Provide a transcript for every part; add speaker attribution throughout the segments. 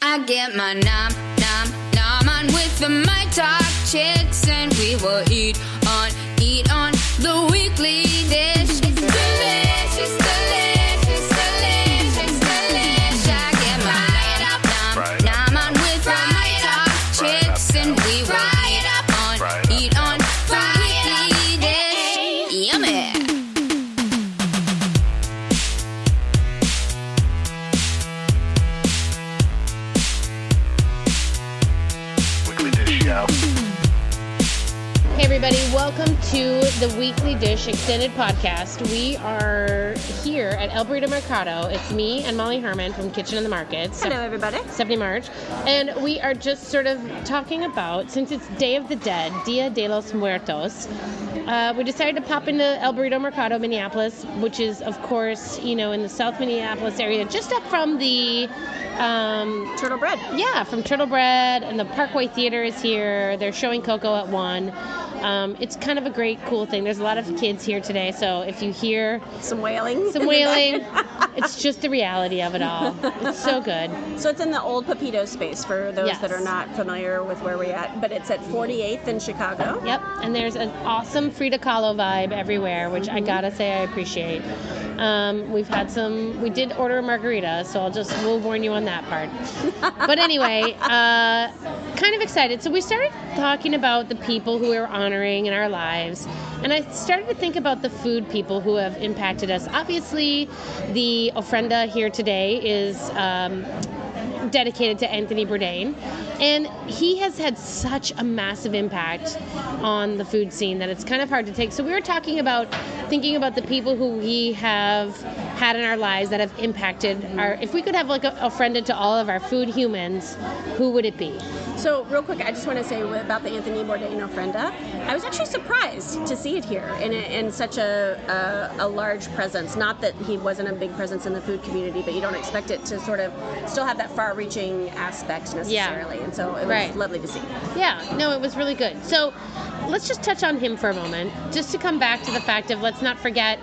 Speaker 1: I get my nom nom nom on with the my talk chicks, and we will eat on eat on the weekly dish. It's delicious, delicious, delicious, delicious. I get my nom nom nom on with the my talk chicks, and we will eat on eat on the weekly dish. Yummy.
Speaker 2: Weekly Dish Show.
Speaker 3: Hey, everybody, welcome to the Weekly Dish Extended Podcast. We are here at El Burrito Mercado. It's me and Molly Herman from Kitchen and the Market. Hello, everybody. Stephanie March. And we are just sort of talking about, since it's Day of the Dead, Dia de los Muertos, uh, we decided to pop into El Burrito Mercado, Minneapolis, which is, of course, you know, in the South Minneapolis area, just up from the um,
Speaker 4: Turtle bread.
Speaker 3: yeah, from Turtle Bread, and the Parkway Theater is here. They're showing Coco at one. Um, it's kind of a great, cool thing. There's a lot of kids here today, so if you hear
Speaker 4: Some whaling.
Speaker 3: some wailing, it's just the reality of it all. It's so good.
Speaker 4: so it's in the old Pepito space for those
Speaker 3: Yes.
Speaker 4: that are not familiar with where we're at, but it's at 48th in Chicago.
Speaker 3: Yep, and there's an awesome Frida Kahlo vibe everywhere, which I gotta say I appreciate. Um, we've had some. We did order a margarita, so I'll just we'll warn you on that part. But anyway, uh, kind of excited. So we started talking about the people who we're honoring in our lives, and I started to think about the food people who have impacted us. Obviously, the ofrenda here today is. Um, dedicated to Anthony Bourdain. And he has had such a massive impact on the food scene that it's kind of hard to take. So we were talking about thinking about the people who we have had in our lives that have impacted our if we could have like a, a friend to all of our food humans, who would it be?
Speaker 4: So real quick, I just want to say about the Anthony Bourdain ofrenda. I was actually surprised to see it here in, a, in such a, a a large presence. Not that he wasn't a big presence in the food community, but you don't expect it to sort of still have that far-reaching aspect necessarily. And so it was
Speaker 3: Right.
Speaker 4: lovely to see.
Speaker 3: Yeah, no, it was really good. So let's just touch on him for a moment, just to come back to the fact of let's not forget.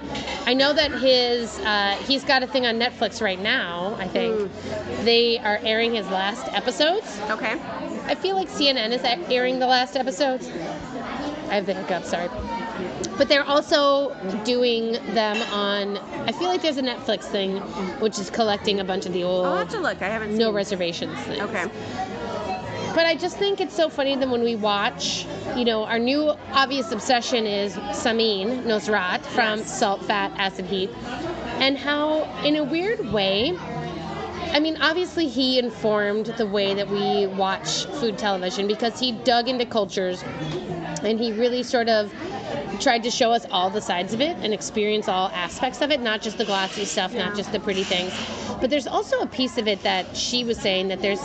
Speaker 3: I know that his uh, he's got a thing on Netflix right now. I think
Speaker 4: Hmm.
Speaker 3: they are airing his last episodes.
Speaker 4: Okay.
Speaker 3: I feel like CNN is airing the last episodes. I have the hiccup, sorry. But they're also doing them on. I feel like there's a Netflix thing, which is collecting a bunch of the
Speaker 4: I'll have
Speaker 3: old
Speaker 4: to look. I haven't
Speaker 3: no
Speaker 4: seen.
Speaker 3: reservations things.
Speaker 4: Okay.
Speaker 3: But I just think it's so funny that when we watch, you know, our new obvious obsession is Samin Nosrat from Salt, Fat, Acid, Heat, and how, in a weird way, I mean, obviously, he informed the way that we watch food television because he dug into cultures and he really sort of tried to show us all the sides of it and experience all aspects of it, not just the glossy stuff, not just the pretty things. But there's also a piece of it that she was saying that there's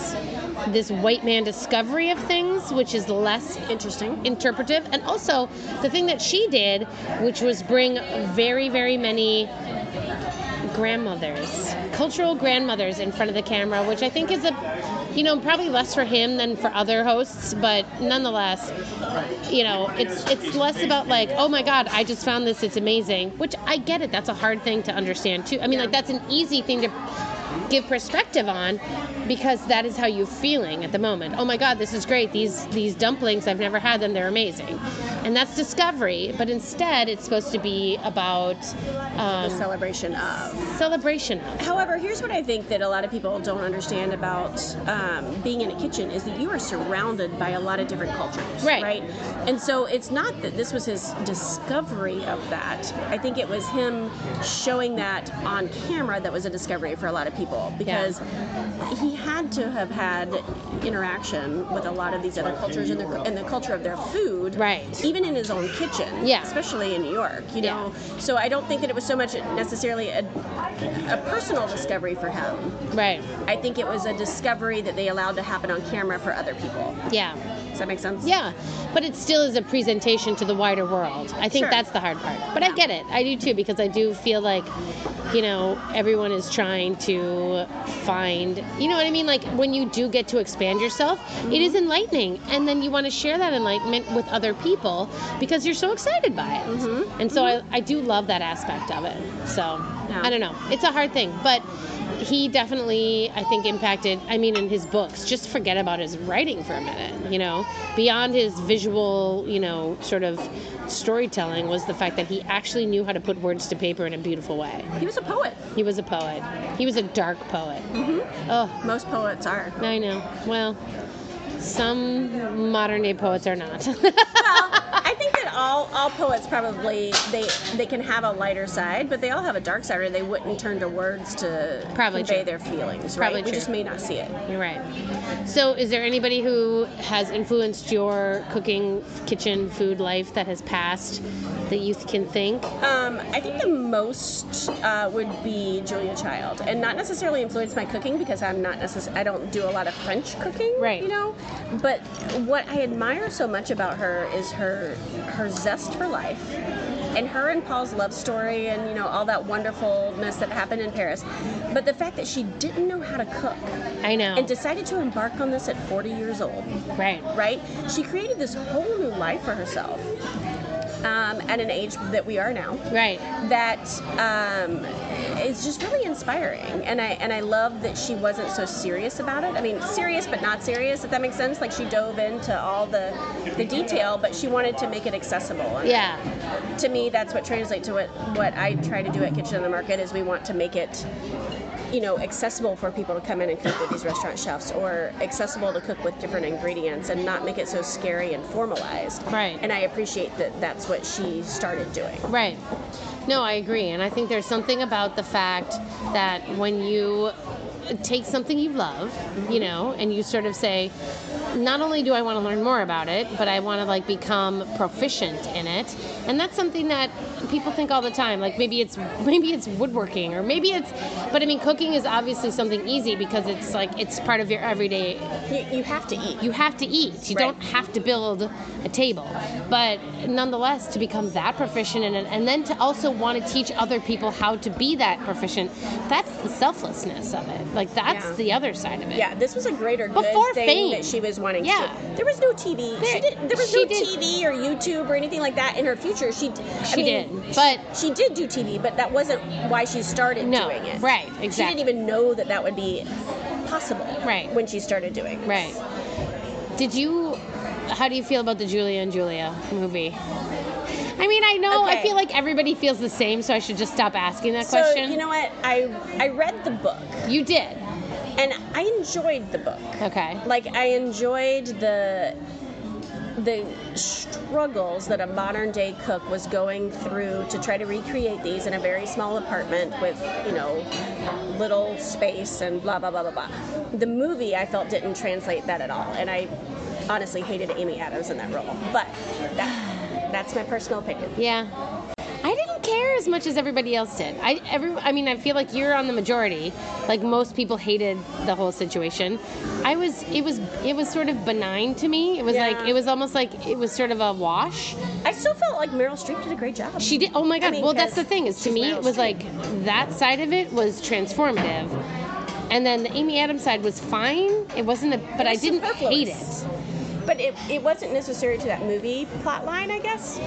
Speaker 3: this white man discovery of things, which is less
Speaker 4: Interesting.
Speaker 3: interpretive and also the thing that she did which was bring very very many grandmothers cultural grandmothers in front of the camera which i think is a you know probably less for him than for other hosts but nonetheless you know it's it's less about like oh my god i just found this it's amazing which i get it that's a hard thing to understand too i mean like that's an easy thing to give perspective on because that is how you're feeling at the moment. Oh my god, this is great. These these dumplings, I've never had them. They're amazing. And that's discovery, but instead it's supposed to be about um,
Speaker 4: Celebration of.
Speaker 3: celebration of.
Speaker 4: However, here's what I think that a lot of people don't understand about um, being in a kitchen is that you are surrounded by a lot of different cultures,
Speaker 3: Right.
Speaker 4: And so it's not that this was his discovery of that. I think it was him showing that on camera that was a discovery for a lot of people because he had to have had interaction with a lot of these other cultures and the, and the culture of their food,
Speaker 3: Right.
Speaker 4: Even in his own kitchen,
Speaker 3: Yeah.
Speaker 4: Especially in New York, you
Speaker 3: Yeah.
Speaker 4: know. So I don't think that it was so much necessarily a a personal discovery for him.
Speaker 3: Right.
Speaker 4: I think it was a discovery that they allowed to happen on camera for other people.
Speaker 3: Yeah.
Speaker 4: Does that make sense?
Speaker 3: Yeah, but it still is a presentation to the wider world. I think
Speaker 4: Sure.
Speaker 3: that's the hard part. But I get it. I do too because I do feel like, you know, everyone is trying to find, you know what I mean? Like when you do get to expand yourself, it is enlightening. And then you want to share that enlightenment with other people because you're so excited by it. And so I, I do love that aspect of it. So
Speaker 4: Yeah.
Speaker 3: I don't know. It's a hard thing. But he definitely, I think, impacted. I mean, in his books, just forget about his writing for a minute. You know, beyond his visual, you know, sort of storytelling was the fact that he actually knew how to put words to paper in a beautiful way.
Speaker 4: He was a poet.
Speaker 3: He was a poet. He was a dark poet. Oh,
Speaker 4: Most poets are.
Speaker 3: I know. Well, some modern day poets are not.
Speaker 4: Well, I think that all all poets probably they they can have a lighter side, but they all have a dark side, or they wouldn't turn to words to
Speaker 3: Probably
Speaker 4: convey
Speaker 3: true.
Speaker 4: their feelings.
Speaker 3: Probably
Speaker 4: right?
Speaker 3: true.
Speaker 4: We just may not see it.
Speaker 3: You're right. So, is there anybody who has influenced your cooking, kitchen, food life that has passed that you can think?
Speaker 4: Um, I think the most uh, would be Julia Child, and not necessarily influence my cooking because I'm not necess- I don't do a lot of French cooking,
Speaker 3: Right.
Speaker 4: You know, but what I admire so much about her is her her zest for life, and her and Paul's love story, and you know all that wonderfulness that happened in Paris, but the fact that she didn't know how to cook
Speaker 3: I know.
Speaker 4: and decided to embark on this at 40 years old
Speaker 3: right.
Speaker 4: right? She created this whole new life for herself um, at an age that we are now.
Speaker 3: Right.
Speaker 4: That um, is just really inspiring, and I and I love that she wasn't so serious about it. I mean, serious but not serious, if that makes sense. Like she dove into all the the detail, but she wanted to make it accessible. And
Speaker 3: Yeah.
Speaker 4: To me, that's what translates to what what I try to do at Kitchen on the Market is we want to make it. You know, accessible for people to come in and cook with these restaurant chefs, or accessible to cook with different ingredients, and not make it so scary and formalized.
Speaker 3: Right.
Speaker 4: And I appreciate that that's what she started doing.
Speaker 3: Right. No, I agree. And I think there's something about the fact that when you take something you love, you know, and you sort of say, not only do I want to learn more about it, but I want to like become proficient in it. And that's something that people think all the time. Like maybe it's maybe it's woodworking or maybe it's but I mean cooking is obviously something easy because it's like it's part of your everyday
Speaker 4: You, you have to eat.
Speaker 3: you have to eat. You
Speaker 4: Right.
Speaker 3: don't have to build a table. But nonetheless, to become that proficient in it, and then to also want to teach other people how to be that proficient, that's the selflessness of it. Like, that's
Speaker 4: Yeah.
Speaker 3: the other side of it.
Speaker 4: yeah, this was a greater good
Speaker 3: Before
Speaker 4: thing
Speaker 3: fame.
Speaker 4: that she was wanting
Speaker 3: Yeah.
Speaker 4: to do. There was no TV.
Speaker 3: There-
Speaker 4: she didn't, there was
Speaker 3: she
Speaker 4: no
Speaker 3: did.
Speaker 4: TV or YouTube or anything like that in her future. She, d- I
Speaker 3: She
Speaker 4: mean,
Speaker 3: did, but-
Speaker 4: she, did do TV, but that wasn't why she started
Speaker 3: No,
Speaker 4: doing it.
Speaker 3: right,
Speaker 4: She didn't
Speaker 3: exactly.
Speaker 4: even know that that would be possible
Speaker 3: Right.
Speaker 4: when she started doing it.
Speaker 3: Right. Did you. How do you feel about the Julia and Julia movie? I mean, I know, I
Speaker 4: Okay.
Speaker 3: feel like everybody feels the same, so I should just stop asking that
Speaker 4: So
Speaker 3: question.
Speaker 4: you know what? I I read the book
Speaker 3: You did.
Speaker 4: and I enjoyed the book.
Speaker 3: Okay.
Speaker 4: like I enjoyed the the struggles that a modern day cook was going through to try to recreate these in a very small apartment with you know little space and blah blah blah blah blah. The movie I felt didn't translate that at all, and I honestly hated Amy Adams in that role. But that, that's my personal opinion.
Speaker 3: Yeah. I didn't care as much as everybody else did. I every I mean I feel like you're on the majority. Like most people hated the whole situation. I was it was it was sort of benign to me. It was
Speaker 4: Yeah.
Speaker 3: like it was almost like it was sort of a wash.
Speaker 4: I still felt like Meryl Streep did a great job.
Speaker 3: She did. Oh my god.
Speaker 4: mean,
Speaker 3: well, that's
Speaker 4: 'cause
Speaker 3: the thing is to
Speaker 4: she's
Speaker 3: me
Speaker 4: Meryl
Speaker 3: it was
Speaker 4: Streep.
Speaker 3: like that side of it was transformative, and then the Amy Adams side was fine. It wasn't a but I
Speaker 4: was
Speaker 3: didn't hate
Speaker 4: superfluous.
Speaker 3: it.
Speaker 4: But it, it wasn't necessary to that movie plot line, I guess.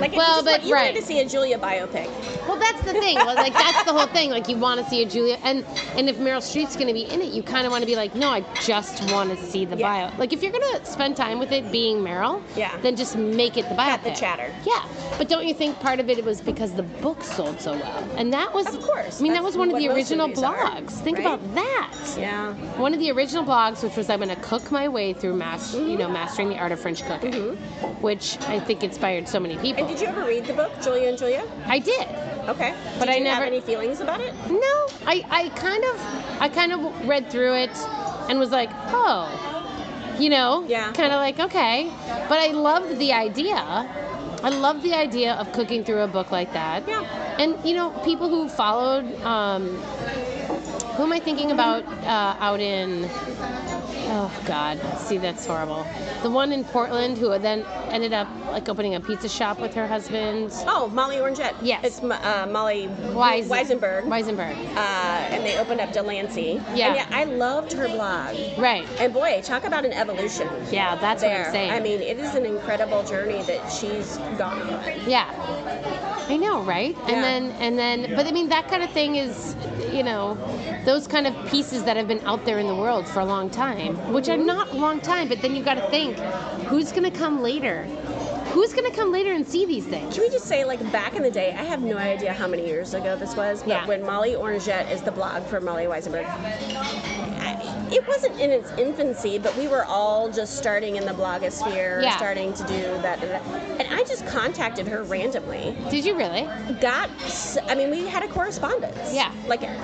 Speaker 4: Like, if
Speaker 3: Well, but
Speaker 4: you just want- you wanted
Speaker 3: right.
Speaker 4: to see a Julia biopic.
Speaker 3: Well, that's the thing. Well, like that's the whole thing. Like you want to see a Julia, and and if Meryl Streep's going to be in it, you kind of want to be like, no, I just want to see the
Speaker 4: Yeah.
Speaker 3: bio. Like if you're going to spend time with it being Meryl,
Speaker 4: Yeah.
Speaker 3: then just make it the biopic.
Speaker 4: the chatter.
Speaker 3: Yeah, but don't you think part of it was because the book sold so well, and that was
Speaker 4: Of course.
Speaker 3: I mean, that
Speaker 4: That's
Speaker 3: was one of
Speaker 4: what
Speaker 3: the
Speaker 4: most
Speaker 3: original
Speaker 4: movies are,
Speaker 3: blogs. Think
Speaker 4: right?
Speaker 3: about that.
Speaker 4: Yeah.
Speaker 3: One of the original blogs, which was I'm going to cook my way through mas- you
Speaker 4: Mm-hmm.
Speaker 3: know, mastering the art of French cooking, which I think inspired so many people.
Speaker 4: And did you ever read the book, Julia and Julia?
Speaker 3: I did.
Speaker 4: Okay.
Speaker 3: But
Speaker 4: did
Speaker 3: I
Speaker 4: you
Speaker 3: never-
Speaker 4: have any feelings about it?
Speaker 3: No, I, I kind of I kind of read through it and was like, oh, you know,
Speaker 4: Yeah.
Speaker 3: kind of like okay, but I loved the idea. I loved the idea of cooking through a book like that.
Speaker 4: Yeah.
Speaker 3: And you know, people who followed, um, who am I thinking about uh, out in? Oh God, see that's horrible. The one in Portland who then ended up like opening a pizza shop with her husband.
Speaker 4: Oh, Molly Orangette.
Speaker 3: Yes.
Speaker 4: It's Mo- uh, Molly
Speaker 3: Weis-
Speaker 4: Weisenberg.
Speaker 3: Weisenberg.
Speaker 4: uh, and they opened up Delancey.
Speaker 3: Yeah.
Speaker 4: And yeah, I loved her blog.
Speaker 3: Right.
Speaker 4: And boy, talk about an evolution.
Speaker 3: Yeah, that's
Speaker 4: there.
Speaker 3: what I'm saying.
Speaker 4: I mean, it is an incredible journey that she's gone on.
Speaker 3: Yeah. I know, right?
Speaker 4: Yeah.
Speaker 3: And then and then but I mean that kind of thing is you know, those kind of pieces that have been out there in the world for a long time, which
Speaker 4: Mm-hmm.
Speaker 3: are not a long time, but then you got to think who's going to come later? Who's going to come later and see these things?
Speaker 4: Can we just say, like, back in the day, I have no idea how many years ago this was, but
Speaker 3: Yeah.
Speaker 4: when Molly Orangette is the blog for Molly Weisenberg, I- it wasn't in its infancy, but we were all just starting in the blogosphere,
Speaker 3: Yeah.
Speaker 4: starting to do that, and that. And I just contacted her randomly.
Speaker 3: Did you really?
Speaker 4: Got, s- I mean, we had a correspondence.
Speaker 3: Yeah.
Speaker 4: Like, I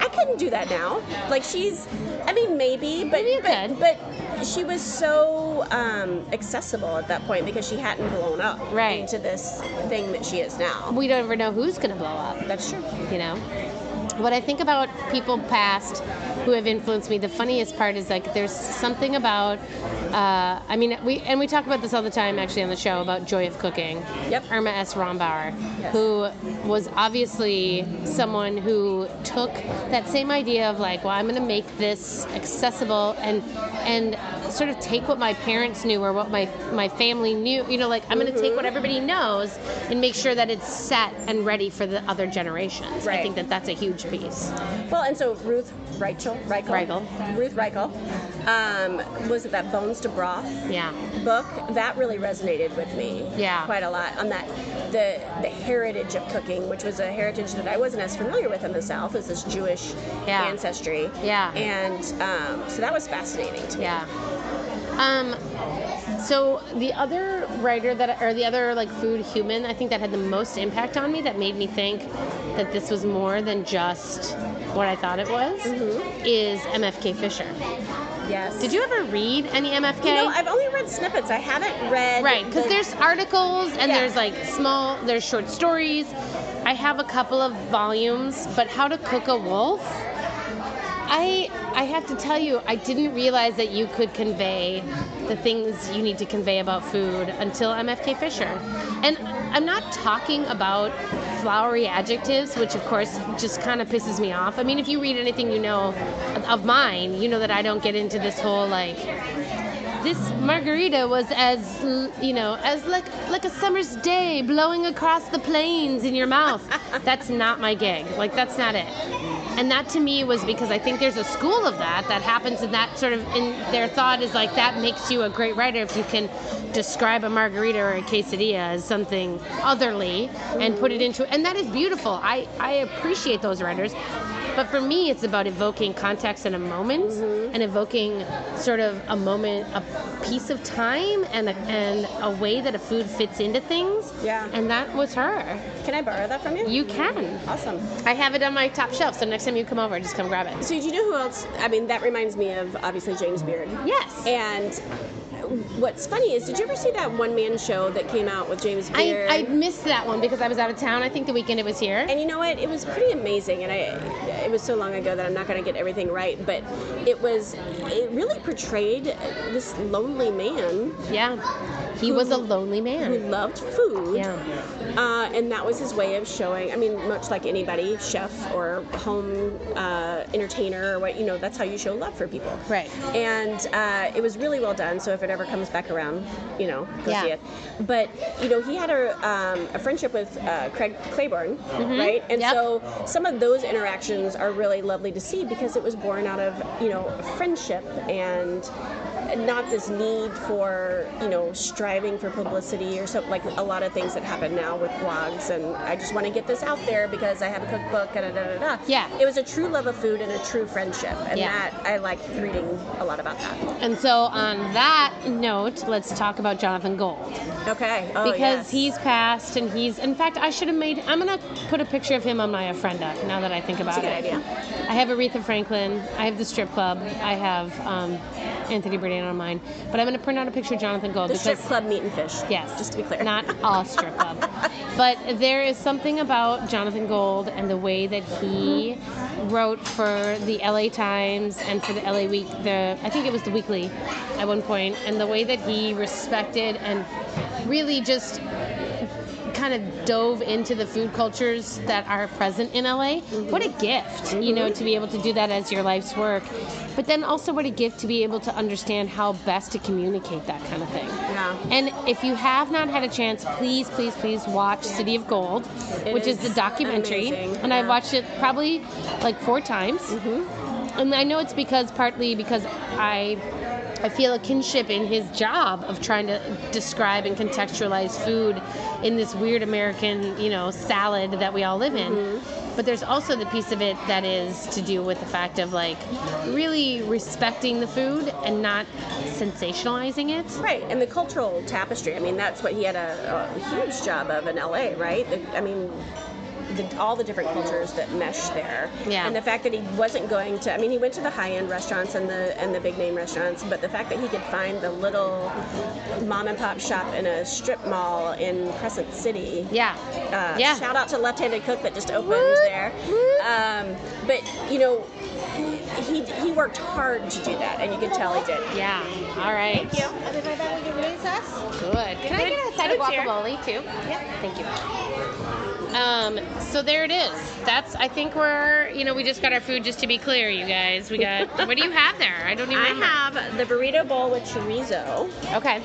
Speaker 4: I couldn't do that now. Like, she's, I mean, maybe, but
Speaker 3: Maybe you
Speaker 4: but,
Speaker 3: could.
Speaker 4: but she was so um, accessible at that point because she hadn't blown up
Speaker 3: Right.
Speaker 4: into this thing that she is now.
Speaker 3: We don't ever know who's going to blow up.
Speaker 4: That's true.
Speaker 3: you know what i think about people past who have influenced me the funniest part is like there's something about uh, i mean we and we talk about this all the time actually on the show about joy of cooking
Speaker 4: Yep.
Speaker 3: irma s rombauer
Speaker 4: Yes.
Speaker 3: who was obviously someone who took that same idea of like well i'm going to make this accessible and and sort of take what my parents knew or what my my family knew you know like i'm going to take what everybody knows and make sure that it's set and ready for the other generations I
Speaker 4: Right.
Speaker 3: think that that's a huge piece.
Speaker 4: Well, and so Ruth Reichel, Reichel,
Speaker 3: Reichel.
Speaker 4: Ruth Reichel, um, was it that Bones to Broth
Speaker 3: Yeah.
Speaker 4: book? That really resonated with me.
Speaker 3: Yeah.
Speaker 4: Quite a lot on that the the heritage of cooking, which was a heritage that I wasn't as familiar with in the South, as this Jewish
Speaker 3: Yeah.
Speaker 4: ancestry.
Speaker 3: Yeah.
Speaker 4: And um, so that was fascinating to me.
Speaker 3: Yeah. Um, so the other writer that, or the other like food human, I think that had the most impact on me, that made me think that this was more than just what I thought it was,
Speaker 4: Mm-hmm.
Speaker 3: is MFK Fisher.
Speaker 4: Yes.
Speaker 3: Mm-hmm. Did you ever read any MFK?
Speaker 4: You know, I've only read snippets. I haven't read.
Speaker 3: Right, because
Speaker 4: the-
Speaker 3: there's articles and
Speaker 4: Yeah.
Speaker 3: there's like small, there's short stories. I have a couple of volumes, but How to Cook a Wolf. I I have to tell you, I didn't realize that you could convey the things you need to convey about food until MFK Fisher. And I'm not talking about flowery adjectives, which of course just kind of pisses me off. I mean, if you read anything you know of mine, you know that I don't get into this whole like this margarita was as you know as like like a summer's day blowing across the plains in your mouth that's not my gig like that's not it and that to me was because i think there's a school of that that happens and that sort of in their thought is like that makes you a great writer if you can describe a margarita or a quesadilla as something otherly and put it into and that is beautiful i i appreciate those writers but for me, it's about evoking context and a moment,
Speaker 4: Mm-hmm.
Speaker 3: and evoking sort of a moment, a piece of time, and a, and a way that a food fits into things.
Speaker 4: Yeah.
Speaker 3: And that was her.
Speaker 4: Can I borrow that from you?
Speaker 3: You can.
Speaker 4: Awesome.
Speaker 3: I have it on my top shelf, so next time you come over, just come grab it.
Speaker 4: So do you know who else? I mean, that reminds me of obviously James Beard.
Speaker 3: Yes.
Speaker 4: And what's funny is, did you ever see that one man show that came out with James
Speaker 3: I,
Speaker 4: Beard?
Speaker 3: I missed that one because I was out of town. I think the weekend it was here.
Speaker 4: and you know what? It was pretty amazing, and I it was so long ago that I'm not going to get everything right, but it was it really portrayed this lonely man
Speaker 3: yeah. He was a lonely
Speaker 4: who
Speaker 3: man.
Speaker 4: loved food.
Speaker 3: Yeah.
Speaker 4: Uh, and that was his way of showing. I mean, much like anybody, chef or home uh, entertainer or what you know, that's how you show love for people.
Speaker 3: Right.
Speaker 4: And uh, it was really well done. So if it ever comes back around, you know, go
Speaker 3: Yeah.
Speaker 4: see it. But you know, he had a, um, a friendship with uh, Craig Claiborne, right?
Speaker 3: Mm-hmm.
Speaker 4: And
Speaker 3: Yep.
Speaker 4: so some of those interactions are really lovely to see because it was born out of you know friendship and not this need for you know striving for publicity or something like a lot of things that happen now with blogs and I just want to get this out there because I have a cookbook and da da da da.
Speaker 3: Yeah.
Speaker 4: it was a true love of food and a true friendship, and
Speaker 3: Yeah.
Speaker 4: that I like reading a lot about that.
Speaker 3: And so, on that note, let's talk about Jonathan Gold.
Speaker 4: Okay, oh,
Speaker 3: because
Speaker 4: yes.
Speaker 3: he's passed and he's in fact i should have made i'm gonna put a picture of him on my ofrenda now that i think about
Speaker 4: a good
Speaker 3: it
Speaker 4: idea.
Speaker 3: i have aretha franklin i have the strip club i have um, anthony bourdain on mine but i'm gonna print out a picture of jonathan gold
Speaker 4: the
Speaker 3: because
Speaker 4: strip club meat and fish.
Speaker 3: Yes.
Speaker 4: just to be clear,
Speaker 3: Not all strip club. but there is something about Jonathan Gold and the way that he wrote for the LA Times and for the LA Week, the I think it was the Weekly at one point, and the way that he respected and really just kind of dove into the food cultures that are present in LA. What a gift, you know, to be able to do that as your life's work. But then also, what a gift to be able to understand how best to communicate that kind of thing.
Speaker 4: Yeah.
Speaker 3: And if you have not had a chance, please, please, please watch City of Gold,
Speaker 4: It
Speaker 3: which is,
Speaker 4: is
Speaker 3: the documentary.
Speaker 4: amazing,
Speaker 3: And I've
Speaker 4: yeah.
Speaker 3: watched it probably like four times.
Speaker 4: Mm-hmm.
Speaker 3: And I know it's because partly because I I feel a kinship in his job of trying to describe and contextualize food in this weird American, you know, salad that we all live in.
Speaker 4: Mm-hmm.
Speaker 3: But there's also the piece of it that is to do with the fact of like really respecting the food and not sensationalizing it.
Speaker 4: Right, and the cultural tapestry. I mean, that's what he had a, a huge job of in LA, right? The- I mean, the, all the different cultures that mesh there,
Speaker 3: Yeah.
Speaker 4: and the fact that he wasn't going to. I mean, he went to the high end restaurants and the and the big name restaurants, but the fact that he could find the little mom and pop shop in a strip mall in Crescent City.
Speaker 3: Yeah.
Speaker 4: Uh,
Speaker 3: yeah.
Speaker 4: Shout out to Left Handed Cook that just opened
Speaker 3: Woot,
Speaker 4: there.
Speaker 3: woot.
Speaker 4: Um, but you know, he he worked hard to do that, and you could tell he did.
Speaker 3: Yeah. All right.
Speaker 5: Thank you. Other than that, we can raise us.
Speaker 3: Good. Can I
Speaker 5: Good.
Speaker 3: get a side of
Speaker 5: Good, dear.
Speaker 3: guacamole too?
Speaker 5: Yep.
Speaker 3: Thank you. Um, so there it is. That's I think we're you know we just got our food. Just to be clear, you guys, we got what do you have there? I don't even.
Speaker 4: I
Speaker 3: remember.
Speaker 4: have the burrito bowl with chorizo,
Speaker 3: Okay,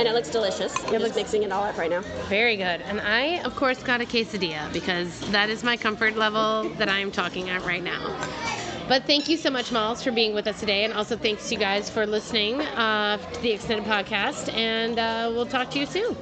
Speaker 4: and it looks delicious. I'm just mixing it all up right now.
Speaker 3: very good. And I of course got a quesadilla because that is my comfort level that I am talking at right now. But thank you so much, Miles, for being with us today, and also thanks to you guys for listening uh, to the Extended Podcast. And uh, we'll talk to you soon.